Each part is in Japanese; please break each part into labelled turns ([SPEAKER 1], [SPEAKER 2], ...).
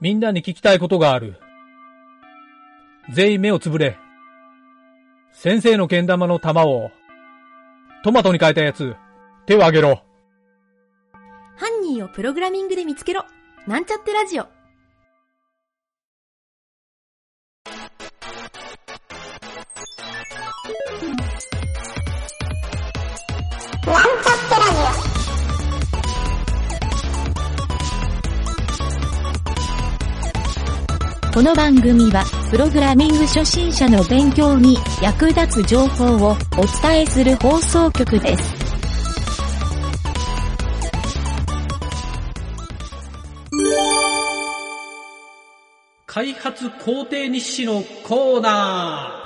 [SPEAKER 1] みんなに聞きたいことがある。全員目をつぶれ。先生の剣玉の玉を、トマトに変えたやつ、手を挙げろ。
[SPEAKER 2] 犯人をプログラミングで見つけろなんちゃってラジオ
[SPEAKER 3] この番組は、プログラミング初心者の勉強に役立つ情報をお伝えする放送局です。
[SPEAKER 4] 開発工程日誌のコーナ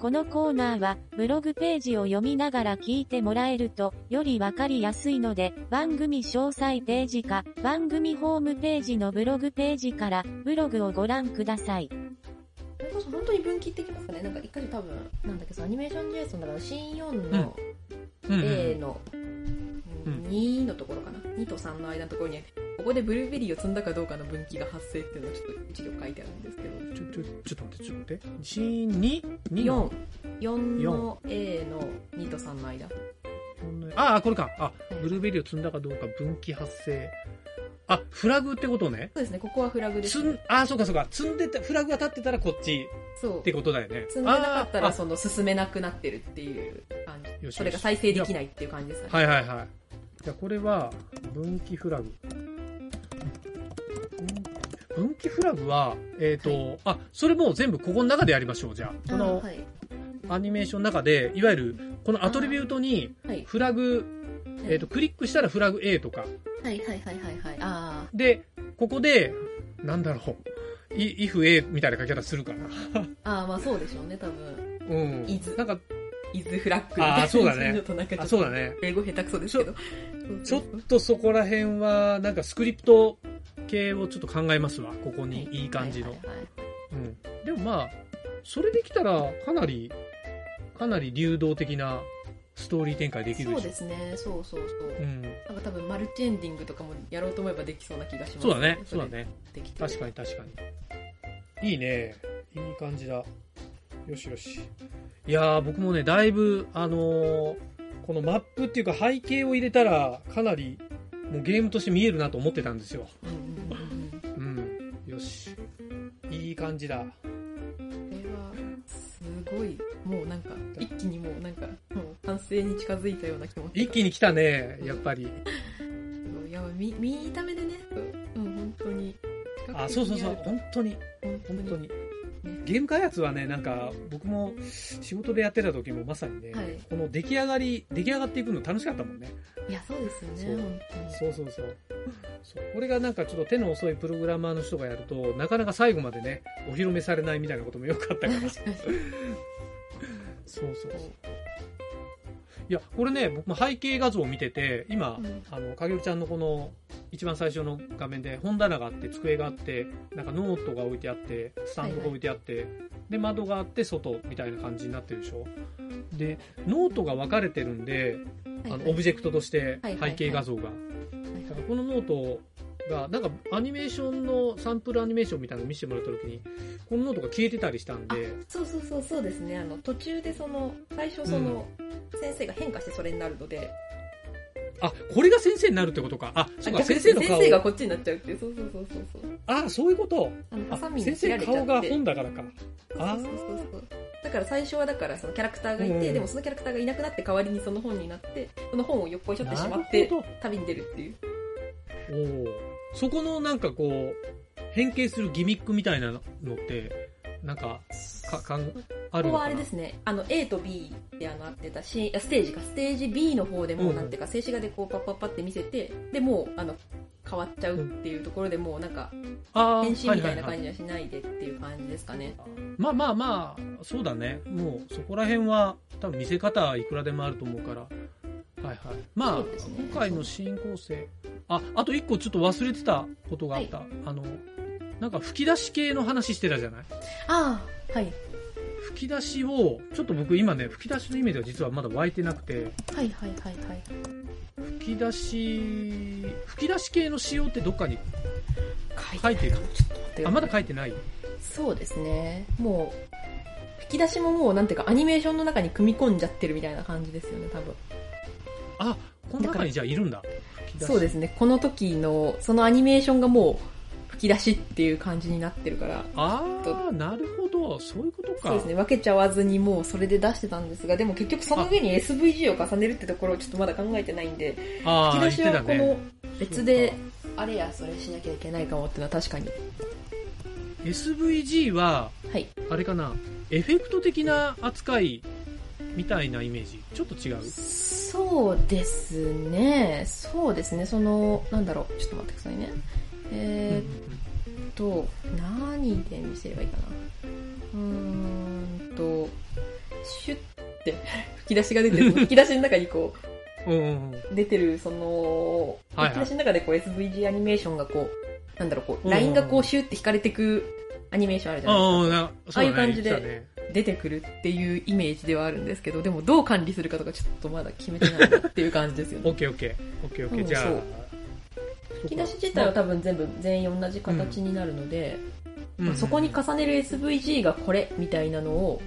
[SPEAKER 3] このコーナーは、ブログページを読みながら聞いてもらえると、よりわかりやすいので、番組詳細ページか、番組ホームページのブログページから、ブログをご覧ください。
[SPEAKER 2] それこそ本当に分岐的ますねなんか一回多分なんだっけどアニメーション JSON だから C4 の
[SPEAKER 1] うん
[SPEAKER 2] A の
[SPEAKER 1] うん
[SPEAKER 2] 2のところかな2と3の間のところにここでブルーベリーを積んだかどうかの分岐が発生っていうのがちょっと一行書いてあるんですけど
[SPEAKER 5] ちょ、ちょ、ちょっと待って、ちょっと待って。1、2、2の。
[SPEAKER 2] 44の A の2と3の間
[SPEAKER 5] ああ、これか。あ、ブルーベリーを積んだかどうか分岐発生。あ、フラグってことね。
[SPEAKER 2] そうですねここはフラグです
[SPEAKER 5] 積ん、あ、そうかそうか。積んでた、フラグが立ってたらこっち
[SPEAKER 2] そう
[SPEAKER 5] ってことだよね。
[SPEAKER 2] 積んでなかった
[SPEAKER 5] あ
[SPEAKER 2] ら
[SPEAKER 5] ー
[SPEAKER 2] その進めなくなってるっていう感
[SPEAKER 5] あよ
[SPEAKER 2] じ
[SPEAKER 5] し
[SPEAKER 2] それが再生できないっていう感じですかね
[SPEAKER 5] はいはいはい。じゃあこれは、分岐フラグ。分分岐フラグは、えっ、と、あ、それもう全部ここの中でやりましょう、じゃあ。こ
[SPEAKER 2] あ
[SPEAKER 5] の
[SPEAKER 2] ーはい
[SPEAKER 5] アニメーションの中で、いわゆる、このアトリビュートに、
[SPEAKER 2] はい
[SPEAKER 5] フラグ、えっ、と、クリックしたらフラグ A とか、
[SPEAKER 2] はいはいはいはいはいあ
[SPEAKER 5] で、ここで、なんだろう、い if A みたいな書き方するかな。
[SPEAKER 2] ーあーまあそうでしょうね多分
[SPEAKER 5] うん。
[SPEAKER 2] is
[SPEAKER 5] なんか、
[SPEAKER 2] イズフラッグみたいな
[SPEAKER 5] あーそうだね
[SPEAKER 2] ちょっとなんかちょ
[SPEAKER 5] あ、
[SPEAKER 2] っと
[SPEAKER 5] そうだね。
[SPEAKER 2] 英語下手くそですけど
[SPEAKER 5] ちょっとそこら辺は、なんかスクリプト系をちょっと考えますわ。ここに、いい感じの。
[SPEAKER 2] はいはいはい
[SPEAKER 5] うん。でもまあ、それできたら、かなり、かなり流動的なストーリー展開できる
[SPEAKER 2] そう
[SPEAKER 5] し
[SPEAKER 2] で。すねそうそうそう、
[SPEAKER 5] うん。
[SPEAKER 2] なんか多分マルチエンディングとかもやろうと思えばできそうな気がします、
[SPEAKER 5] そうだね。そうだね。
[SPEAKER 2] できて
[SPEAKER 5] 確かに確かに。いいね。いい感じだ。よしよし。いやー、僕もね、だいぶ、あのーこのマップっていうか背景を入れたら、かなり、もうゲームとして見えるなと思ってたんですよ。
[SPEAKER 2] うんうんうんうん
[SPEAKER 5] うん。よし。いい感じだ。
[SPEAKER 2] これはすごいもうなんか一気にもうなんかもう完成に近づいたような気持ち
[SPEAKER 5] 一気に来たね、やっぱり。
[SPEAKER 2] いや見見た目でねうん本当に
[SPEAKER 5] あ、そうそうそう。本当に、
[SPEAKER 2] 本当
[SPEAKER 5] 本
[SPEAKER 2] に
[SPEAKER 5] 当に。ゲーム開発はね、なんか、僕も仕事でやってた時もまさにね、
[SPEAKER 2] はい
[SPEAKER 5] この出来上がり、出来上がっていくの楽しかったもんね。
[SPEAKER 2] いやそうですよ
[SPEAKER 5] そ
[SPEAKER 2] ね
[SPEAKER 5] う
[SPEAKER 2] 本当に
[SPEAKER 5] そうそうそう。そうこれがなんかちょっと手の遅いプログラマーの人がやると、なかなか最後までね、お披露目されないみたいなこともよかったから。
[SPEAKER 2] 確かに
[SPEAKER 5] そうそうそう。いや、これね、僕も背景画像を見てて、今、
[SPEAKER 2] うん
[SPEAKER 5] あの、かげるちゃんのこの、一番最初の画面で本棚があって、机があって、なんかノートが置いてあって、スタンドが置いてあって、で、窓があって、外みたいな感じになってるでしょ。で、ノートが分かれてるんで、あのオブジェクトとして
[SPEAKER 2] はいはいはい
[SPEAKER 5] 背景画像が。だからこのノートが、なんかアニメーションのサンプルアニメーションみたいなの見せてもらった時に、このノートが消えてたりしたんで、
[SPEAKER 2] そうそうそうそうですねあの途中でその最初その、先生が変化してそれになるので
[SPEAKER 5] あ、これが先生になるってことか。あ、そうか、先生の
[SPEAKER 2] 先
[SPEAKER 5] 顔。
[SPEAKER 2] 生がこっちになっちゃうっていうそうそうそうそうそう
[SPEAKER 5] あ、そういうこと。
[SPEAKER 2] あのハ
[SPEAKER 5] あ
[SPEAKER 2] サ、ミに
[SPEAKER 5] 先
[SPEAKER 2] 切ら
[SPEAKER 5] 生
[SPEAKER 2] れちゃっ
[SPEAKER 5] 顔
[SPEAKER 2] て
[SPEAKER 5] が本だからか。あ
[SPEAKER 2] そうそうそうそうだから最初はだからそのキャラクターがいて、
[SPEAKER 5] うんうん
[SPEAKER 2] でもそのキャラクターがいなくなって代わりにその本になってその本を横にしょってしまっ
[SPEAKER 5] な
[SPEAKER 2] て
[SPEAKER 5] るほ
[SPEAKER 2] 旅に出るっていう
[SPEAKER 5] おーそこのなんかこう、変形するギミックみたいなのって、なんか、か、かん、あ
[SPEAKER 2] こ
[SPEAKER 5] る
[SPEAKER 2] こ
[SPEAKER 5] の
[SPEAKER 2] はあ
[SPEAKER 5] か
[SPEAKER 2] れ
[SPEAKER 5] な
[SPEAKER 2] ですねあの A と B であのあってたシーンあステージかステージ B の方で
[SPEAKER 5] うん
[SPEAKER 2] も
[SPEAKER 5] うん
[SPEAKER 2] なんていうか静止画でこうパッパッパって見せてでもうあの変わっちゃうっていうところでもうなんか
[SPEAKER 5] あー
[SPEAKER 2] 変身みたい
[SPEAKER 5] ははは
[SPEAKER 2] な感じはしないでっていう感じですかね
[SPEAKER 5] まあまあまあ、そうだね。もうそこら辺は多分見せ方はいくらでもあると思うから。はいはい。まあ、
[SPEAKER 2] そうですね
[SPEAKER 5] 今回の新構成。あ、あと一個ちょっと忘れてたことがあった。あの、なんか吹き出し系の話してたじゃない
[SPEAKER 2] ああはい
[SPEAKER 5] 吹き出しを、ちょっと僕今ね、吹き出しのイメージは実はまだ湧いてなくて、
[SPEAKER 2] はいはいはいはい
[SPEAKER 5] 吹き出し、吹き出し系の仕様ってどっかに書いてる
[SPEAKER 2] ちょっと待って
[SPEAKER 5] あまだ書いてない
[SPEAKER 2] そうですねもう吹き出しももうなんていうかアニメーションの中に組み込んじゃってるみたいな感じですよね多分
[SPEAKER 5] あこの中にじゃあいるんだ吹き出し
[SPEAKER 2] そうですねこの時のそのアニメーションがもう吹き出しっていう感じになってるから
[SPEAKER 5] ああなるほどそういうことか
[SPEAKER 2] そうですね分けちゃわずにもうそれで出してたんですがでも結局その上に SVG を重ねるってところをちょっとまだ考えてないんで
[SPEAKER 5] あ
[SPEAKER 2] 吹
[SPEAKER 5] あ
[SPEAKER 2] き
[SPEAKER 5] 言っ
[SPEAKER 2] 出して
[SPEAKER 5] た
[SPEAKER 2] はこ
[SPEAKER 5] ね
[SPEAKER 2] の別であれやそれしなきゃいけないかもっていうのは確かに
[SPEAKER 5] SVG は
[SPEAKER 2] はい
[SPEAKER 5] あれかなエフェクト的な扱いみたいなイメージちょっと違う
[SPEAKER 2] そうですねそうですねそのなんだろうちょっと待ってくださいねえーっと、何で見せればいいかな。うーんと、シュッて吹き出しが 出てる、吹き出しの中にこ
[SPEAKER 5] うんうんうんうん
[SPEAKER 2] う、出てる、その、
[SPEAKER 5] はいはい
[SPEAKER 2] 吹き出しの中でこう SVG アニメーションがこう、なんだろう、こ
[SPEAKER 5] う
[SPEAKER 2] う、
[SPEAKER 5] ん
[SPEAKER 2] ラインがこうシュッて引かれてくアニメーションあるじゃない
[SPEAKER 5] ああなそうだね
[SPEAKER 2] ああいう感じで
[SPEAKER 5] 言ってたね
[SPEAKER 2] 出てくるっていうイメージではあるんですけど、でもどう管理するかとかちょっとまだ決めてないなっていう感じですよ ね。
[SPEAKER 5] オッケーオッケーオッケーオッケー
[SPEAKER 2] うん
[SPEAKER 5] じゃあ
[SPEAKER 2] そう
[SPEAKER 5] そう
[SPEAKER 2] 吹き
[SPEAKER 5] か
[SPEAKER 2] 出し自体は多分全部、全員同じ形になるので、
[SPEAKER 5] うん
[SPEAKER 2] そこに重ねる SVG がこれみたいなのを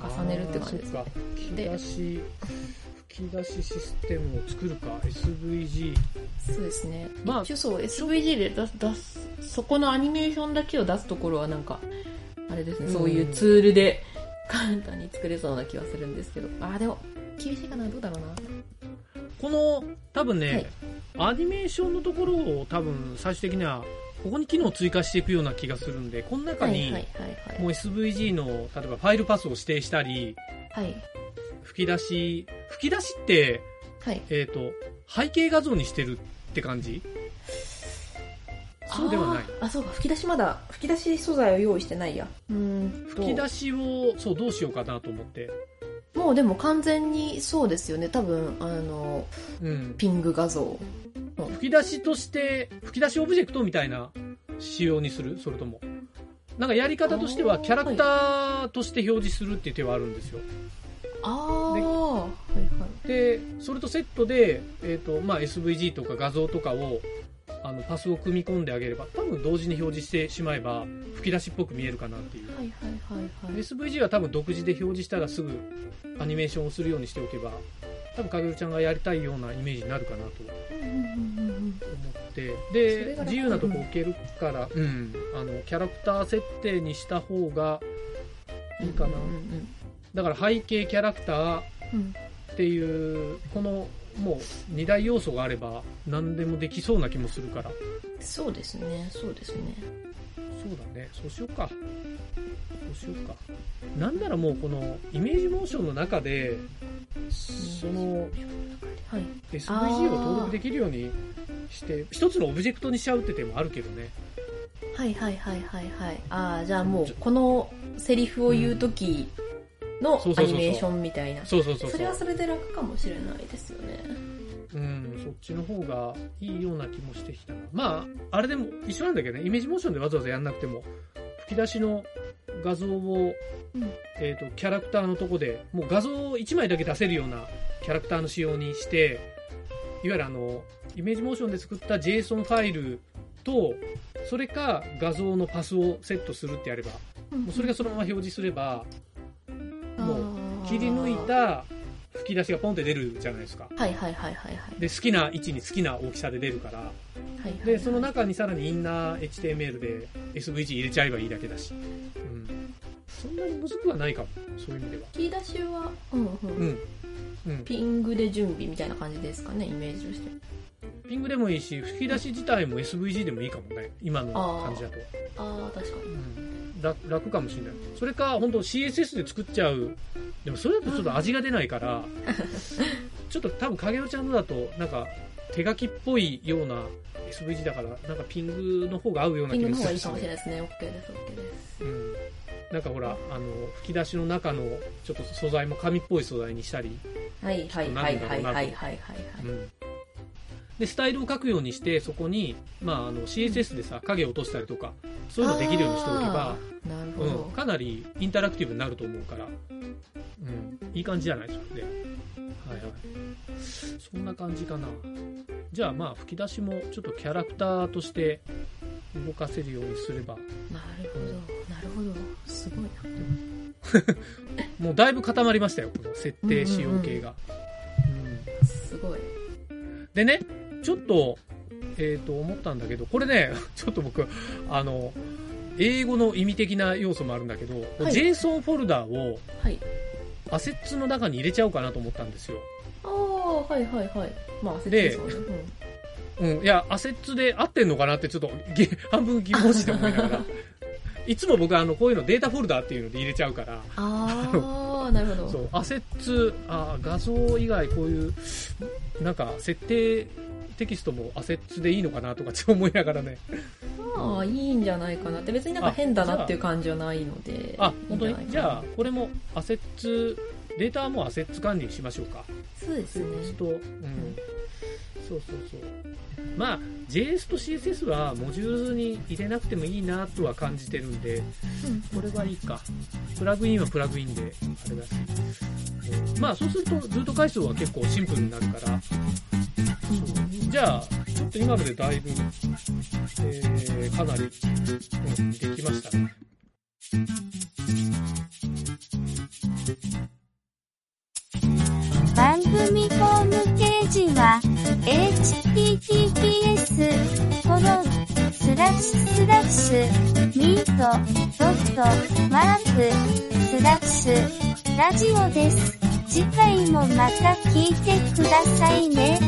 [SPEAKER 2] 重ねるって感じですね
[SPEAKER 5] あーそっか吹き出し吹き出しシステムを作るか SVG
[SPEAKER 2] そうですね。
[SPEAKER 5] まあ
[SPEAKER 2] 一応そう、SVG で出す、出す、そこのアニメーションだけを出すところはなんか、あれですね、
[SPEAKER 5] うん
[SPEAKER 2] そういうツールで簡単に作れそうな気はするんですけど。あー、でも、厳しいかな、どうだろうな。
[SPEAKER 5] この多分ね、アニメーションのところを多分最終的にはここに機能を追加していくような気がするんでこの中
[SPEAKER 2] はいはい
[SPEAKER 5] に
[SPEAKER 2] はいはい。
[SPEAKER 5] もう SVG の例えばファイルパスを指定したり
[SPEAKER 2] はい。
[SPEAKER 5] 吹き出し吹き出しって、
[SPEAKER 2] はい。
[SPEAKER 5] えー、と背景画像にしてるって感じそうではない
[SPEAKER 2] あー。あ、そうか、吹き出しまだ、吹き出し素材を用意してないや。うーんと。
[SPEAKER 5] 吹き出しをそうどうしようかなと思って、
[SPEAKER 2] もうでも完全にそうですよね、多分、あの、
[SPEAKER 5] うん、
[SPEAKER 2] ピング画像。
[SPEAKER 5] 吹き出しとして吹き出しオブジェクトみたいな仕様にするそれともなんかやり方としては
[SPEAKER 2] あー
[SPEAKER 5] キャラクターとして表示するっていう手はあるんですよ
[SPEAKER 2] ああ。はい
[SPEAKER 5] で
[SPEAKER 2] はい。
[SPEAKER 5] でそれとセットで、えーとまあ、SVG とか画像とかをあのパスを組み込んであげれば多分同時に表示してしまえば吹き出しっぽく見えるかなっていう
[SPEAKER 2] はいはいはいはい。
[SPEAKER 5] SVG は多分独自で表示したらすぐアニメーションをするようにしておけば多分かげるちゃんがやりたいようなイメージになるかなと
[SPEAKER 2] うんうんうんうん
[SPEAKER 5] 思って
[SPEAKER 2] それ
[SPEAKER 5] で
[SPEAKER 2] が楽
[SPEAKER 5] 自由なとこ置けるから、うん、あのキャラクター設定にした方がいいかな、
[SPEAKER 2] うん
[SPEAKER 5] だから背景キャラクター
[SPEAKER 2] うんうん
[SPEAKER 5] っていうこのもう2大要素があれば何でもできそうな気もするから
[SPEAKER 2] そうですね、そうですね。
[SPEAKER 5] そうだねそうしようかそうしようかなんならもうこのイメージモーションの中でその
[SPEAKER 2] はい。
[SPEAKER 5] SVG を登録できるようにして一つのオブジェクトにしちゃうって手もあるけどね
[SPEAKER 2] はいはいはいはいはい。ああ、じゃあもう、このセリフを言うときの
[SPEAKER 5] そう
[SPEAKER 2] ア
[SPEAKER 5] そうそうそう
[SPEAKER 2] ニメーションみたいな。
[SPEAKER 5] そうそうそうう
[SPEAKER 2] それはそれで楽かもしれないですよね。
[SPEAKER 5] うん、そっちの方がいいような気もしてきたな。まあ、あれでも一緒なんだけどね、イメージモーションでわざわざやんなくても、吹き出しの画像を、
[SPEAKER 2] うん
[SPEAKER 5] えっ、と、キャラクターのとこで、もう画像を1枚だけ出せるようなキャラクターの仕様にして、いわゆるあの、イメージモーションで作った JSON ファイルと、それか画像のパスをセットするってやれば、もうそれがそのまま表示すれば、もう
[SPEAKER 2] う
[SPEAKER 5] 切り抜い。た吹き出しがポンって出るじゃないですか。
[SPEAKER 2] はいはいはいはいはい。
[SPEAKER 5] で好きな位置に好きな大きさで出るから
[SPEAKER 2] はいはい
[SPEAKER 5] でその中にさらにインナー HTML で SVG 入れちゃえばいいだけだし、うん、そんなにむずくはないかもそういう意味では
[SPEAKER 2] 引き出しは、うんう。
[SPEAKER 5] うんん、うん、
[SPEAKER 2] ピングで準備みたいな感じですかね、イメージとして。
[SPEAKER 5] ピングでもいいし吹き出し自体も SVG でもいいかもね今の感じだと、
[SPEAKER 2] ああ、確か
[SPEAKER 5] うん、ら楽かもしれないそれか本当 CSS で作っちゃうでもそれだとちょっと味が出ないから ちょっと多分影尾ちゃんのだとなんか手書きっぽいような SVG だからなんかピングの方が合うような
[SPEAKER 2] に。ピ
[SPEAKER 5] 気
[SPEAKER 2] ング
[SPEAKER 5] が
[SPEAKER 2] の方
[SPEAKER 5] す
[SPEAKER 2] が
[SPEAKER 5] る
[SPEAKER 2] いいかもしれないですね。OK です、OK で
[SPEAKER 5] う
[SPEAKER 2] す。
[SPEAKER 5] ん、なんかほらあの吹き出しの中のちょっと素材も紙っぽい素材にしたり、
[SPEAKER 2] はいはいはいはいはいはいはいはい。
[SPEAKER 5] うんでスタイルを書くようにしてそこに、まあ、あの CSS でさ影を落としたりとかそういうのできるようにしておけば、
[SPEAKER 2] あー。なるほ
[SPEAKER 5] うん
[SPEAKER 2] ど、。
[SPEAKER 5] かなりインタラクティブになると思うから、うん、いい感じじゃないですかね、はいはい、そんな感じかなじゃあまあ吹き出しもちょっとキャラクターとして動かせるようにすれば
[SPEAKER 2] なるほどなるほどすごいな
[SPEAKER 5] もうだいぶ固まりましたよこの設定仕様系が、
[SPEAKER 2] すごい
[SPEAKER 5] うんでねちょっとえっ、と思ったんだけどこれね ちょっと僕あの英語の意味的な要素もあるんだけど、
[SPEAKER 2] はい
[SPEAKER 5] JSON フォルダを
[SPEAKER 2] はい
[SPEAKER 5] アセッツの中に入れちゃおうかなと思ったんですよ
[SPEAKER 2] ああはいはいはいまあ焦って
[SPEAKER 5] で
[SPEAKER 2] そうねうん
[SPEAKER 5] うん、いや、アセッツで合ってんのかなって、ちょっとげ半分疑問視で思いなが ら、いつも僕、あのこういうのデータフォルダーっていうので入れちゃうから、
[SPEAKER 2] ああなるほど
[SPEAKER 5] そうアセッツあ、画像以外、こういう、なんか設定テキストもアセッツでいいのかなとか、ちょっと思いながらね、
[SPEAKER 2] まあいいんじゃないかなって別になんか変だなっていう感じはないので
[SPEAKER 5] あ本当に、じゃ
[SPEAKER 2] あ
[SPEAKER 5] あ、これもアセッツ、データはもうアセッツ管理にしましょうか。
[SPEAKER 2] そうですね
[SPEAKER 5] JS と、うん、そうそうそう。まあ、JS と CSS はモジュールに入れなくてもいいなとは感じてるんで、これはいいか。プラグインはプラグインで、あれだし。うんまあ、そうすると、ルート解消は結構シンプルになるから、じゃあ、ちょっと今のでだいぶ、えー、かなり、うん、できましたね。
[SPEAKER 3] 番組ホームページは https コロンスラッシュスラッシュミートドットマークスラッシュラジオです。次回もまた聞いてくださいね。